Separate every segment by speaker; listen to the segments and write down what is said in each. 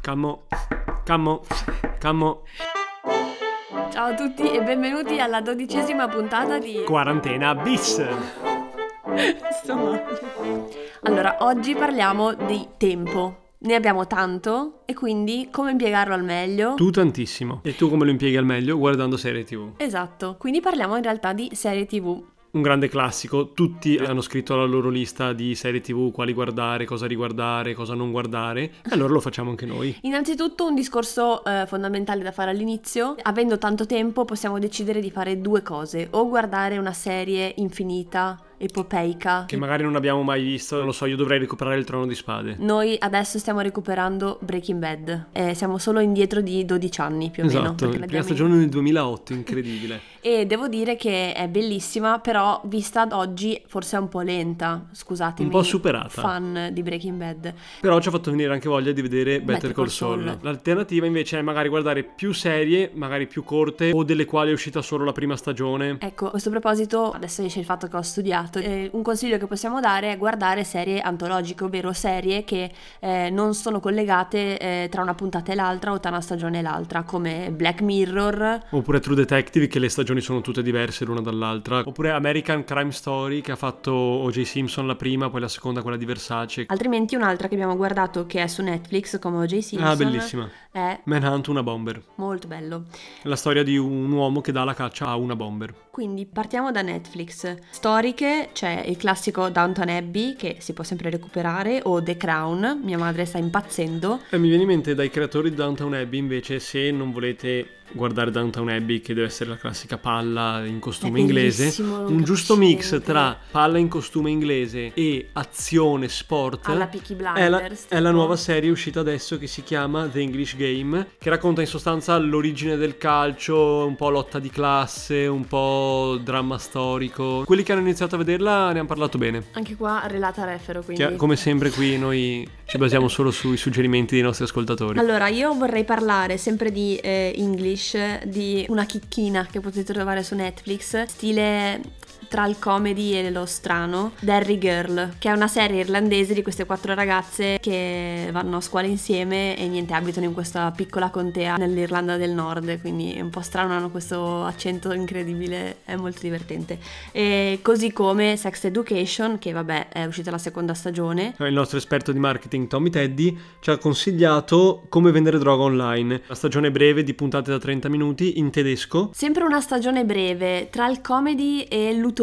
Speaker 1: Cammo, cammo, cammo,
Speaker 2: Ciao a tutti e benvenuti alla dodicesima puntata di
Speaker 1: quarantena bis.
Speaker 2: Sto male. Allora, oggi parliamo di tempo. Ne abbiamo tanto e quindi come impiegarlo al meglio?
Speaker 1: Tu tantissimo. E tu come lo impieghi al meglio? Guardando serie tv.
Speaker 2: Esatto, quindi parliamo in realtà di serie tv.
Speaker 1: Un grande classico, tutti hanno scritto la loro lista di serie tv, quali guardare, cosa riguardare, cosa non guardare. E allora lo facciamo anche noi.
Speaker 2: Innanzitutto un discorso eh, fondamentale da fare all'inizio, avendo tanto tempo possiamo decidere di fare due cose, o guardare una serie infinita, epopeica.
Speaker 1: Che magari non abbiamo mai visto, non lo so, io dovrei recuperare il trono di spade.
Speaker 2: Noi adesso stiamo recuperando Breaking Bad, eh, siamo solo indietro di 12 anni più o meno.
Speaker 1: Esatto,
Speaker 2: perché
Speaker 1: la prima
Speaker 2: l'abbiamo
Speaker 1: stagione nel 2008, incredibile.
Speaker 2: E devo dire che è bellissima, però vista ad oggi forse è un po' lenta, scusatemi.
Speaker 1: Un po' superata.
Speaker 2: Fan di Breaking Bad.
Speaker 1: Però ci ha fatto venire anche voglia di vedere Better, Call Saul. L'alternativa invece è magari guardare più serie, magari più corte, o delle quali è uscita solo la prima stagione.
Speaker 2: Ecco, a questo proposito, adesso esce il fatto che ho studiato, eh, un consiglio che possiamo dare è guardare serie antologiche, ovvero serie che eh, non sono collegate eh, tra una puntata e l'altra o tra una stagione e l'altra, come Black Mirror.
Speaker 1: Oppure True Detective, che le stagioni sono tutte diverse l'una dall'altra. Oppure American Crime Story, che ha fatto O.J. Simpson la prima, poi la seconda quella di Versace.
Speaker 2: Altrimenti un'altra che abbiamo guardato che è su Netflix come O.J. Simpson.
Speaker 1: Ah, bellissima.
Speaker 2: È
Speaker 1: Manhunt, una bomber.
Speaker 2: molto bello.
Speaker 1: La storia di un uomo che dà la caccia a una bomber.
Speaker 2: Quindi partiamo da Netflix. Storiche, c'è il classico Downton Abbey che si può sempre recuperare o The Crown, mia madre sta impazzendo.
Speaker 1: E mi viene in mente dai creatori di Downtown Abbey invece se non volete guardare Downtown Abbey che deve essere la classica palla in costume
Speaker 2: È
Speaker 1: inglese,
Speaker 2: bellissimo, lo
Speaker 1: un
Speaker 2: capisci
Speaker 1: giusto mix
Speaker 2: sempre.
Speaker 1: tra palla in costume inglese e azione sport
Speaker 2: alla Peaky
Speaker 1: è la,
Speaker 2: Blinders.
Speaker 1: è la
Speaker 2: tipo.
Speaker 1: nuova serie uscita adesso che si chiama The English Game, che racconta in sostanza l'origine del calcio, un po' lotta di classe, un po' dramma storico. Quelli che hanno iniziato a vederla ne hanno parlato bene.
Speaker 2: Anche qua relata refero, quindi.
Speaker 1: Chia- come sempre qui noi ci basiamo solo sui suggerimenti dei nostri ascoltatori.
Speaker 2: Allora, io vorrei parlare sempre di eh, English, di una chicchina che potete trovare su Netflix, stile tra il comedy e lo strano, Derry Girl, che è una serie irlandese di queste quattro ragazze che vanno a scuola insieme e niente, abitano in questa piccola contea nell'Irlanda del Nord, quindi è un po' strano, hanno questo accento incredibile, è molto divertente. E così come Sex Education, che vabbè è uscita la seconda stagione,
Speaker 1: Il nostro esperto di marketing Tommy Teddy ci ha consigliato come vendere droga online, la stagione breve di puntate da 30 minuti in tedesco.
Speaker 2: Sempre una stagione breve, tra il comedy e l'utopistico,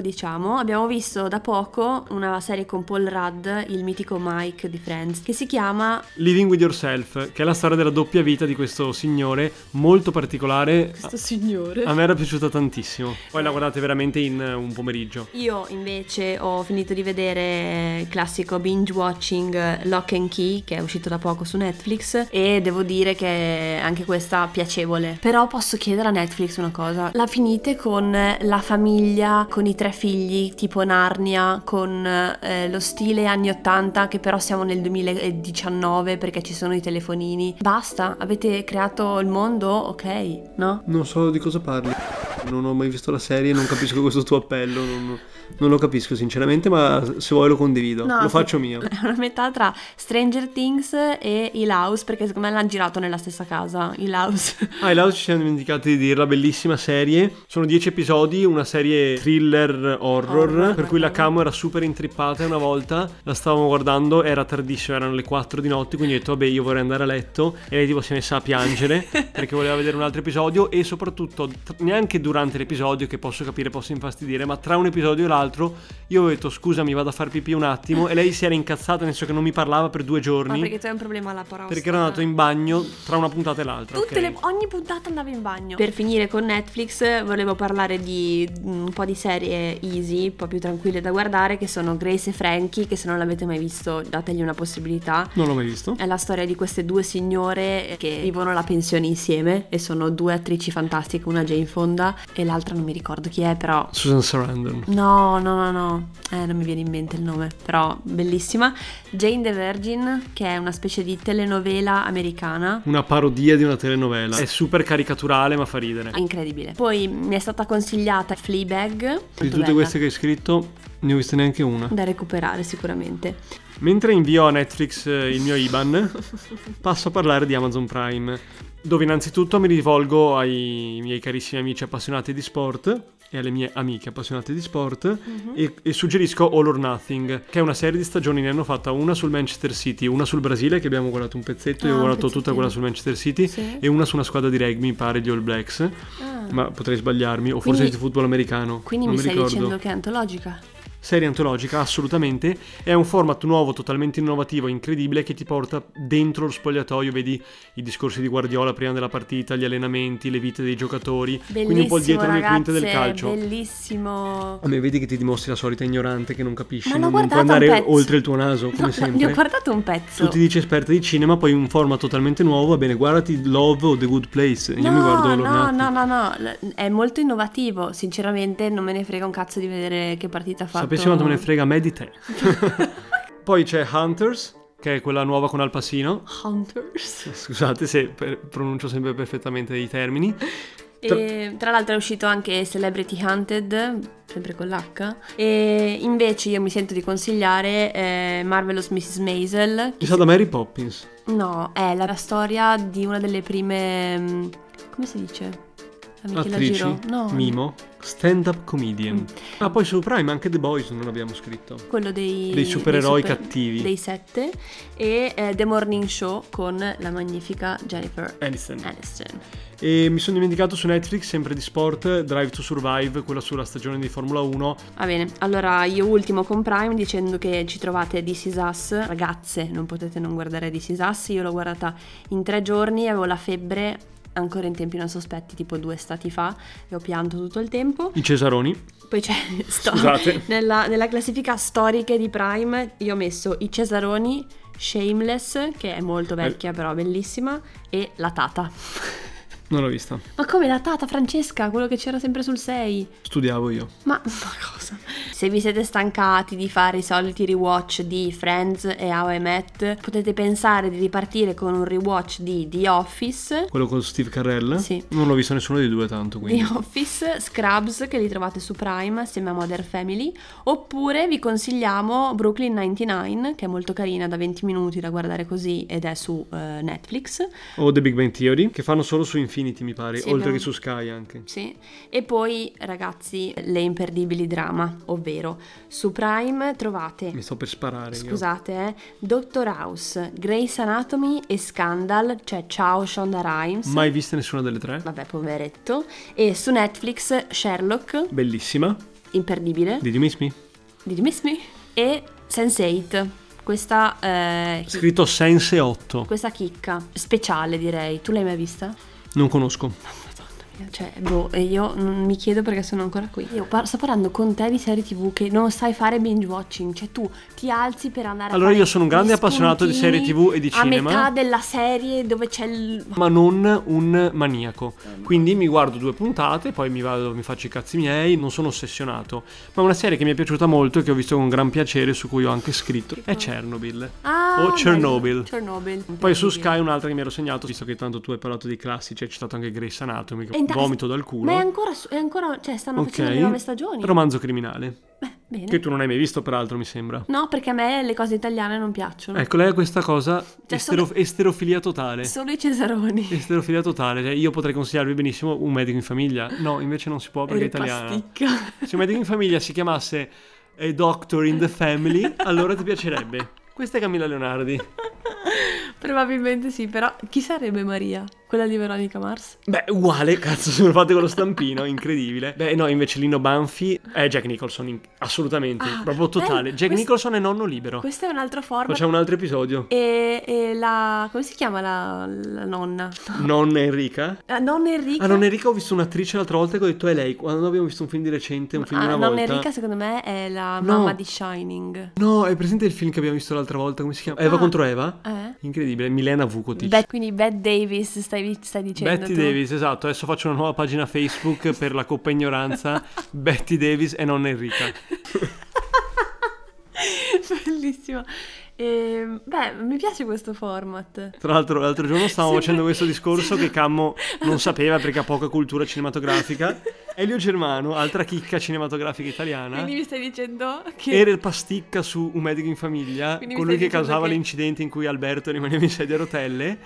Speaker 2: diciamo. Abbiamo visto da poco una serie con Paul Rudd, il mitico Mike di Friends, che si chiama
Speaker 1: Living with Yourself, che è la storia della doppia vita di questo signore molto particolare.
Speaker 2: signore.
Speaker 1: A me era piaciuta tantissimo. Poi la guardate veramente in eh, un pomeriggio.
Speaker 2: Io invece ho finito di vedere il classico binge watching Lock and Key che è uscito da poco su Netflix e devo dire che anche questa è piacevole. Però posso chiedere a Netflix una cosa. La finite con la famiglia, con i tre figli, tipo Narnia, con eh, lo stile anni 80 che però siamo nel 2019 perché ci sono i telefonini. Basta, avete creato il mondo, ok, no?
Speaker 1: Non so di cosa parli. Non ho mai visto la serie, non capisco questo tuo appello. Non, non lo capisco sinceramente, ma se vuoi lo condivido.
Speaker 2: No,
Speaker 1: lo
Speaker 2: sì.
Speaker 1: faccio mio.
Speaker 2: È una metà tra Stranger Things e Il House, perché secondo me l'hanno girato nella stessa casa, Il House.
Speaker 1: Ah, e là ci siamo dimenticati di dirla, bellissima serie. Sono 10 episodi, una serie thriller horror,
Speaker 2: Horror,
Speaker 1: per cui la
Speaker 2: bello.
Speaker 1: camo era super intrippata e una volta la stavamo guardando, era tardissimo, erano le 4 di notte, quindi ho detto vabbè io vorrei andare a letto e lei tipo si è messa a piangere perché voleva vedere un altro episodio e soprattutto tr- neanche durante l'episodio che posso capire posso infastidire, ma tra un episodio e l'altro io ho detto scusami vado a far pipì un attimo e lei si era incazzata, nel senso che non mi parlava per due
Speaker 2: Ma
Speaker 1: giorni.
Speaker 2: perché tu hai un problema alla parola.
Speaker 1: Perché era andato in bagno tra una puntata e l'altra.
Speaker 2: Tutte
Speaker 1: ok?
Speaker 2: le- ogni puntata andava in bagno. Per finire con Netflix volevo parlare di mm, un po' di serie easy, un po' più tranquille da guardare, che sono Grace e Frankie, che se non l'avete mai visto dategli una possibilità.
Speaker 1: Non l'ho mai visto.
Speaker 2: È la storia di queste due signore che vivono la pensione insieme e sono due attrici fantastiche, una Jane Fonda e l'altra non mi ricordo chi è, però
Speaker 1: Susan Sarandon.
Speaker 2: No, no, no, no, eh, non mi viene in mente il nome, però bellissima. Jane the Virgin, che è una specie di telenovela americana.
Speaker 1: Una parodia di una telenovela. È super caricaturale, ma fa ridere.
Speaker 2: Incredibile. Poi mi è stata consigliata Fleabag, Flag. Molto
Speaker 1: Di tutte
Speaker 2: bella,
Speaker 1: queste che hai scritto, ne ho viste neanche una.
Speaker 2: Da recuperare sicuramente.
Speaker 1: Mentre invio a Netflix eh, il mio IBAN, passo a parlare di Amazon Prime, dove innanzitutto mi rivolgo ai miei carissimi amici appassionati di sport e alle mie amiche appassionate di sport
Speaker 2: Mhm.
Speaker 1: e, e suggerisco All or Nothing, che è una serie di stagioni, ne hanno fatta una sul Manchester City, una sul Brasile che abbiamo guardato un pezzetto,
Speaker 2: Ah,
Speaker 1: io ho
Speaker 2: un
Speaker 1: guardato tutta
Speaker 2: pezzettino.
Speaker 1: quella sul Manchester City
Speaker 2: Sì.
Speaker 1: e una su una squadra di rugby, mi pare, di All Blacks,
Speaker 2: Ah,
Speaker 1: ma potrei sbagliarmi, o forse
Speaker 2: Quindi-
Speaker 1: di football americano.
Speaker 2: quindi
Speaker 1: non
Speaker 2: mi stai
Speaker 1: ricordo
Speaker 2: dicendo che è antologica?
Speaker 1: serie antologica assolutamente è un format nuovo totalmente innovativo incredibile che ti porta dentro lo spogliatoio vedi i discorsi di Guardiola prima della partita gli allenamenti le vite dei giocatori quindi un po'
Speaker 2: Bellissimo,
Speaker 1: dietro le quinte del
Speaker 2: ragazze,
Speaker 1: calcio
Speaker 2: Bellissimo.
Speaker 1: a me vedi che ti dimostri la solita ignorante che non capisci
Speaker 2: Ma l'ho
Speaker 1: non, non puoi
Speaker 2: guardato un
Speaker 1: andare
Speaker 2: pezzo.
Speaker 1: oltre il tuo naso come
Speaker 2: No,
Speaker 1: sempre
Speaker 2: ne ho guardato un pezzo.
Speaker 1: tu ti dici esperta di cinema poi un format totalmente nuovo va bene guardati Love o The Good Place io
Speaker 2: no,
Speaker 1: mi guardo Love
Speaker 2: no, no, no, no, l- è molto innovativo. Sinceramente, non me ne frega un cazzo di vedere che partita ha fatto.
Speaker 1: Sapessi quanto me ne frega a me di te. Poi c'è Hunters, che è quella nuova con Al Pacino.
Speaker 2: Hunters.
Speaker 1: Scusate se per- pronuncio sempre perfettamente i termini. Tra-
Speaker 2: E, tra l'altro è uscito anche Celebrity Hunted, sempre con l'H. E invece io mi sento di consigliare eh, Marvelous Mrs. Maisel.
Speaker 1: Chissà da Mary Poppins.
Speaker 2: No, è la storia di una delle prime. mm, come si dice? La Michela
Speaker 1: Attrici,
Speaker 2: Giro? No. Mm.
Speaker 1: Mimo, stand-up comedian. Ah, poi su Prime anche The Boys non abbiamo scritto.
Speaker 2: Quello dei,
Speaker 1: Dei supereroi
Speaker 2: dei super-
Speaker 1: cattivi.
Speaker 2: Dei sette. E eh, The Morning Show con la magnifica Jennifer
Speaker 1: Aniston.
Speaker 2: Aniston.
Speaker 1: E mi sono dimenticato su Netflix, sempre di sport, Drive to Survive, quella sulla stagione di Formula 1.
Speaker 2: Va bene, allora io ultimo con Prime dicendo che ci trovate This Is Us. Ragazze, non potete non guardare This Is Us. Io l'ho guardata in tre giorni, avevo la febbre ancora in tempi non sospetti, tipo due stati fa, e ho pianto tutto il tempo.
Speaker 1: I Cesaroni.
Speaker 2: Poi c'è sto-
Speaker 1: Scusate.
Speaker 2: nella, nella classifica storiche di Prime io ho messo i Cesaroni, Shameless, che è molto vecchia però bellissima, e la Tata.
Speaker 1: Non l'ho vista.
Speaker 2: Ma come la Tata, Francesca? Quello che c'era sempre sul 6.
Speaker 1: Studiavo io.
Speaker 2: Ma, ma cosa? Se vi siete stancati di fare i soliti rewatch di Friends e How I Met, potete pensare di ripartire con un rewatch di The Office.
Speaker 1: Quello con Steve Carell.
Speaker 2: Sì.
Speaker 1: Non l'ho visto nessuno dei due tanto, quindi.
Speaker 2: The Office, Scrubs che li trovate su Prime assieme a Modern Family oppure vi consigliamo Brooklyn 99 che è molto carina da 20 minuti da guardare così ed è su eh, Netflix
Speaker 1: O The Big Bang Theory, che fanno solo su Infinity, mi pare,
Speaker 2: Sì,
Speaker 1: oltre
Speaker 2: abbiamo-
Speaker 1: che su Sky anche.
Speaker 2: Sì. E poi, ragazzi, le imperdibili drama, ovvero su Prime
Speaker 1: Mi
Speaker 2: trovate.
Speaker 1: sto per sparare. io.
Speaker 2: Scusate, eh, Doctor House, Grey's Anatomy e Scandal, cioè ciao Shonda Rhimes.
Speaker 1: Mai viste nessuna delle tre?
Speaker 2: Vabbè, poveretto. E su Netflix Sherlock,
Speaker 1: Bellissima.
Speaker 2: imperdibile,
Speaker 1: Did you miss me?
Speaker 2: Did you miss me? E Sense8, questa, eh, chi-
Speaker 1: Scritto Sense 8.
Speaker 2: questa chicca speciale direi. Tu l'hai mai vista?
Speaker 1: Non conosco.
Speaker 2: Madonna mia, Cioè, boh, e io non mi chiedo perché sono ancora qui. Io par- sto parlando con te di serie TV che non sai fare binge watching, cioè tu ti alzi per andare a
Speaker 1: Allora,
Speaker 2: fare
Speaker 1: io sono un grande
Speaker 2: gli
Speaker 1: appassionato di
Speaker 2: spuntini
Speaker 1: serie TV e di
Speaker 2: a
Speaker 1: cinema.
Speaker 2: metà della serie dove c'è il
Speaker 1: Ma non un maniaco. Quindi mi guardo due puntate, poi mi vado, mi faccio i cazzi miei, non sono ossessionato. Ma una serie che mi è piaciuta molto e che ho visto con gran piacere, su cui ho anche scritto, è Chernobyl.
Speaker 2: Ah,
Speaker 1: o Chernobyl.
Speaker 2: bello, Chernobyl.
Speaker 1: Poi su Sky un'altra che mi ero segnato, visto che tanto tu hai parlato di classici, hai citato anche Grace Anatomy, che
Speaker 2: E inta-
Speaker 1: vomito dal culo.
Speaker 2: Ma è ancora, su- è ancora cioè stanno facendo le nuove stagioni.
Speaker 1: Romanzo criminale.
Speaker 2: Beh, bene.
Speaker 1: Che tu non hai mai visto, peraltro, mi sembra.
Speaker 2: No, perché a me le cose italiane non piacciono.
Speaker 1: Ecco, lei ha questa cosa.
Speaker 2: Cioè,
Speaker 1: estero-
Speaker 2: sono-
Speaker 1: Esterofilia totale.
Speaker 2: Solo i Cesaroni.
Speaker 1: Esterofilia totale. Cioè, io potrei consigliarvi benissimo un medico in famiglia. No, invece non si può perché è italiana.
Speaker 2: Ripasticca.
Speaker 1: Se un medico in famiglia si chiamasse A Doctor in the Family, allora ti piacerebbe. Questa è Camilla Leonardi.
Speaker 2: Probabilmente sì, però chi sarebbe Maria? Quella di Veronica Mars?
Speaker 1: Beh, uguale, cazzo, sono fatte con lo stampino, incredibile. Beh, no, invece Lino Banfi è Jack Nicholson, in- assolutamente,
Speaker 2: Ah,
Speaker 1: proprio totale.
Speaker 2: bello,
Speaker 1: Jack
Speaker 2: questo-
Speaker 1: Nicholson è nonno libero.
Speaker 2: Questo è un altro format.
Speaker 1: Facciamo un altro episodio.
Speaker 2: E, e la... come si chiama la, la nonna?
Speaker 1: Nonna Enrica.
Speaker 2: La nonna Enrica?
Speaker 1: Ah, non Enrica ho visto un'attrice l'altra volta che ho detto è lei. Quando abbiamo visto un film di recente, un film di
Speaker 2: Ah,
Speaker 1: una
Speaker 2: nonna
Speaker 1: volta.
Speaker 2: Enrica secondo me è la
Speaker 1: No.
Speaker 2: mamma di Shining.
Speaker 1: No, è presente il film che abbiamo visto l'altra volta, come si chiama? Eva
Speaker 2: Ah.
Speaker 1: contro Eva?
Speaker 2: Eh?
Speaker 1: Incredibile, Milena Vukotic.
Speaker 2: Bet- quindi Bette Davis stai, stai dicendo
Speaker 1: Betty
Speaker 2: tu.
Speaker 1: Davis, esatto, adesso faccio una nuova pagina Facebook per la coppa ignoranza. Betty Davis e nonna Enrica.
Speaker 2: Bellissimo. Ehm, beh, mi piace questo format.
Speaker 1: Tra l'altro, l'altro giorno stavamo
Speaker 2: Sembra-
Speaker 1: facendo questo discorso
Speaker 2: sembra-
Speaker 1: che Cammo non sapeva perché ha poca cultura cinematografica. Elio Germano, altra chicca cinematografica italiana.
Speaker 2: Quindi mi stai dicendo che...
Speaker 1: Era il pasticca su Un medico in famiglia,
Speaker 2: Quindi mi
Speaker 1: colui
Speaker 2: stai
Speaker 1: che causava
Speaker 2: dicendo che-
Speaker 1: l'incidente in cui Alberto rimaneva in sedia a rotelle,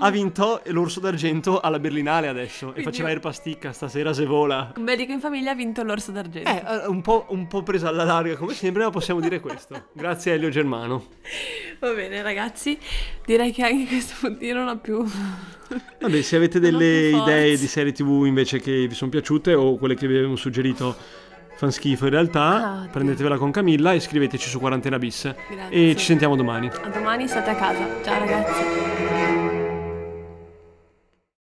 Speaker 1: ha vinto l'orso d'argento alla Berlinale adesso e
Speaker 2: Quindi-
Speaker 1: faceva il pasticca stasera se vola.
Speaker 2: Un medico in famiglia ha vinto l'orso d'argento.
Speaker 1: Eh, eh, un po', un po' presa alla larga come sempre, ma possiamo dire questo. Grazie a Elio Germano.
Speaker 2: Va bene ragazzi, direi che anche questo puntino non ha più...
Speaker 1: Vabbè, se avete
Speaker 2: Non ho
Speaker 1: delle
Speaker 2: più forze.
Speaker 1: idee di serie tv invece che vi sono piaciute o quelle che vi abbiamo suggerito fan schifo in
Speaker 2: Ah,
Speaker 1: realtà,
Speaker 2: oddio.
Speaker 1: prendetevela con Camilla e scriveteci su Quarantena Bis.
Speaker 2: Grazie.
Speaker 1: E ci sentiamo domani.
Speaker 2: A domani state a casa. Ciao ragazzi.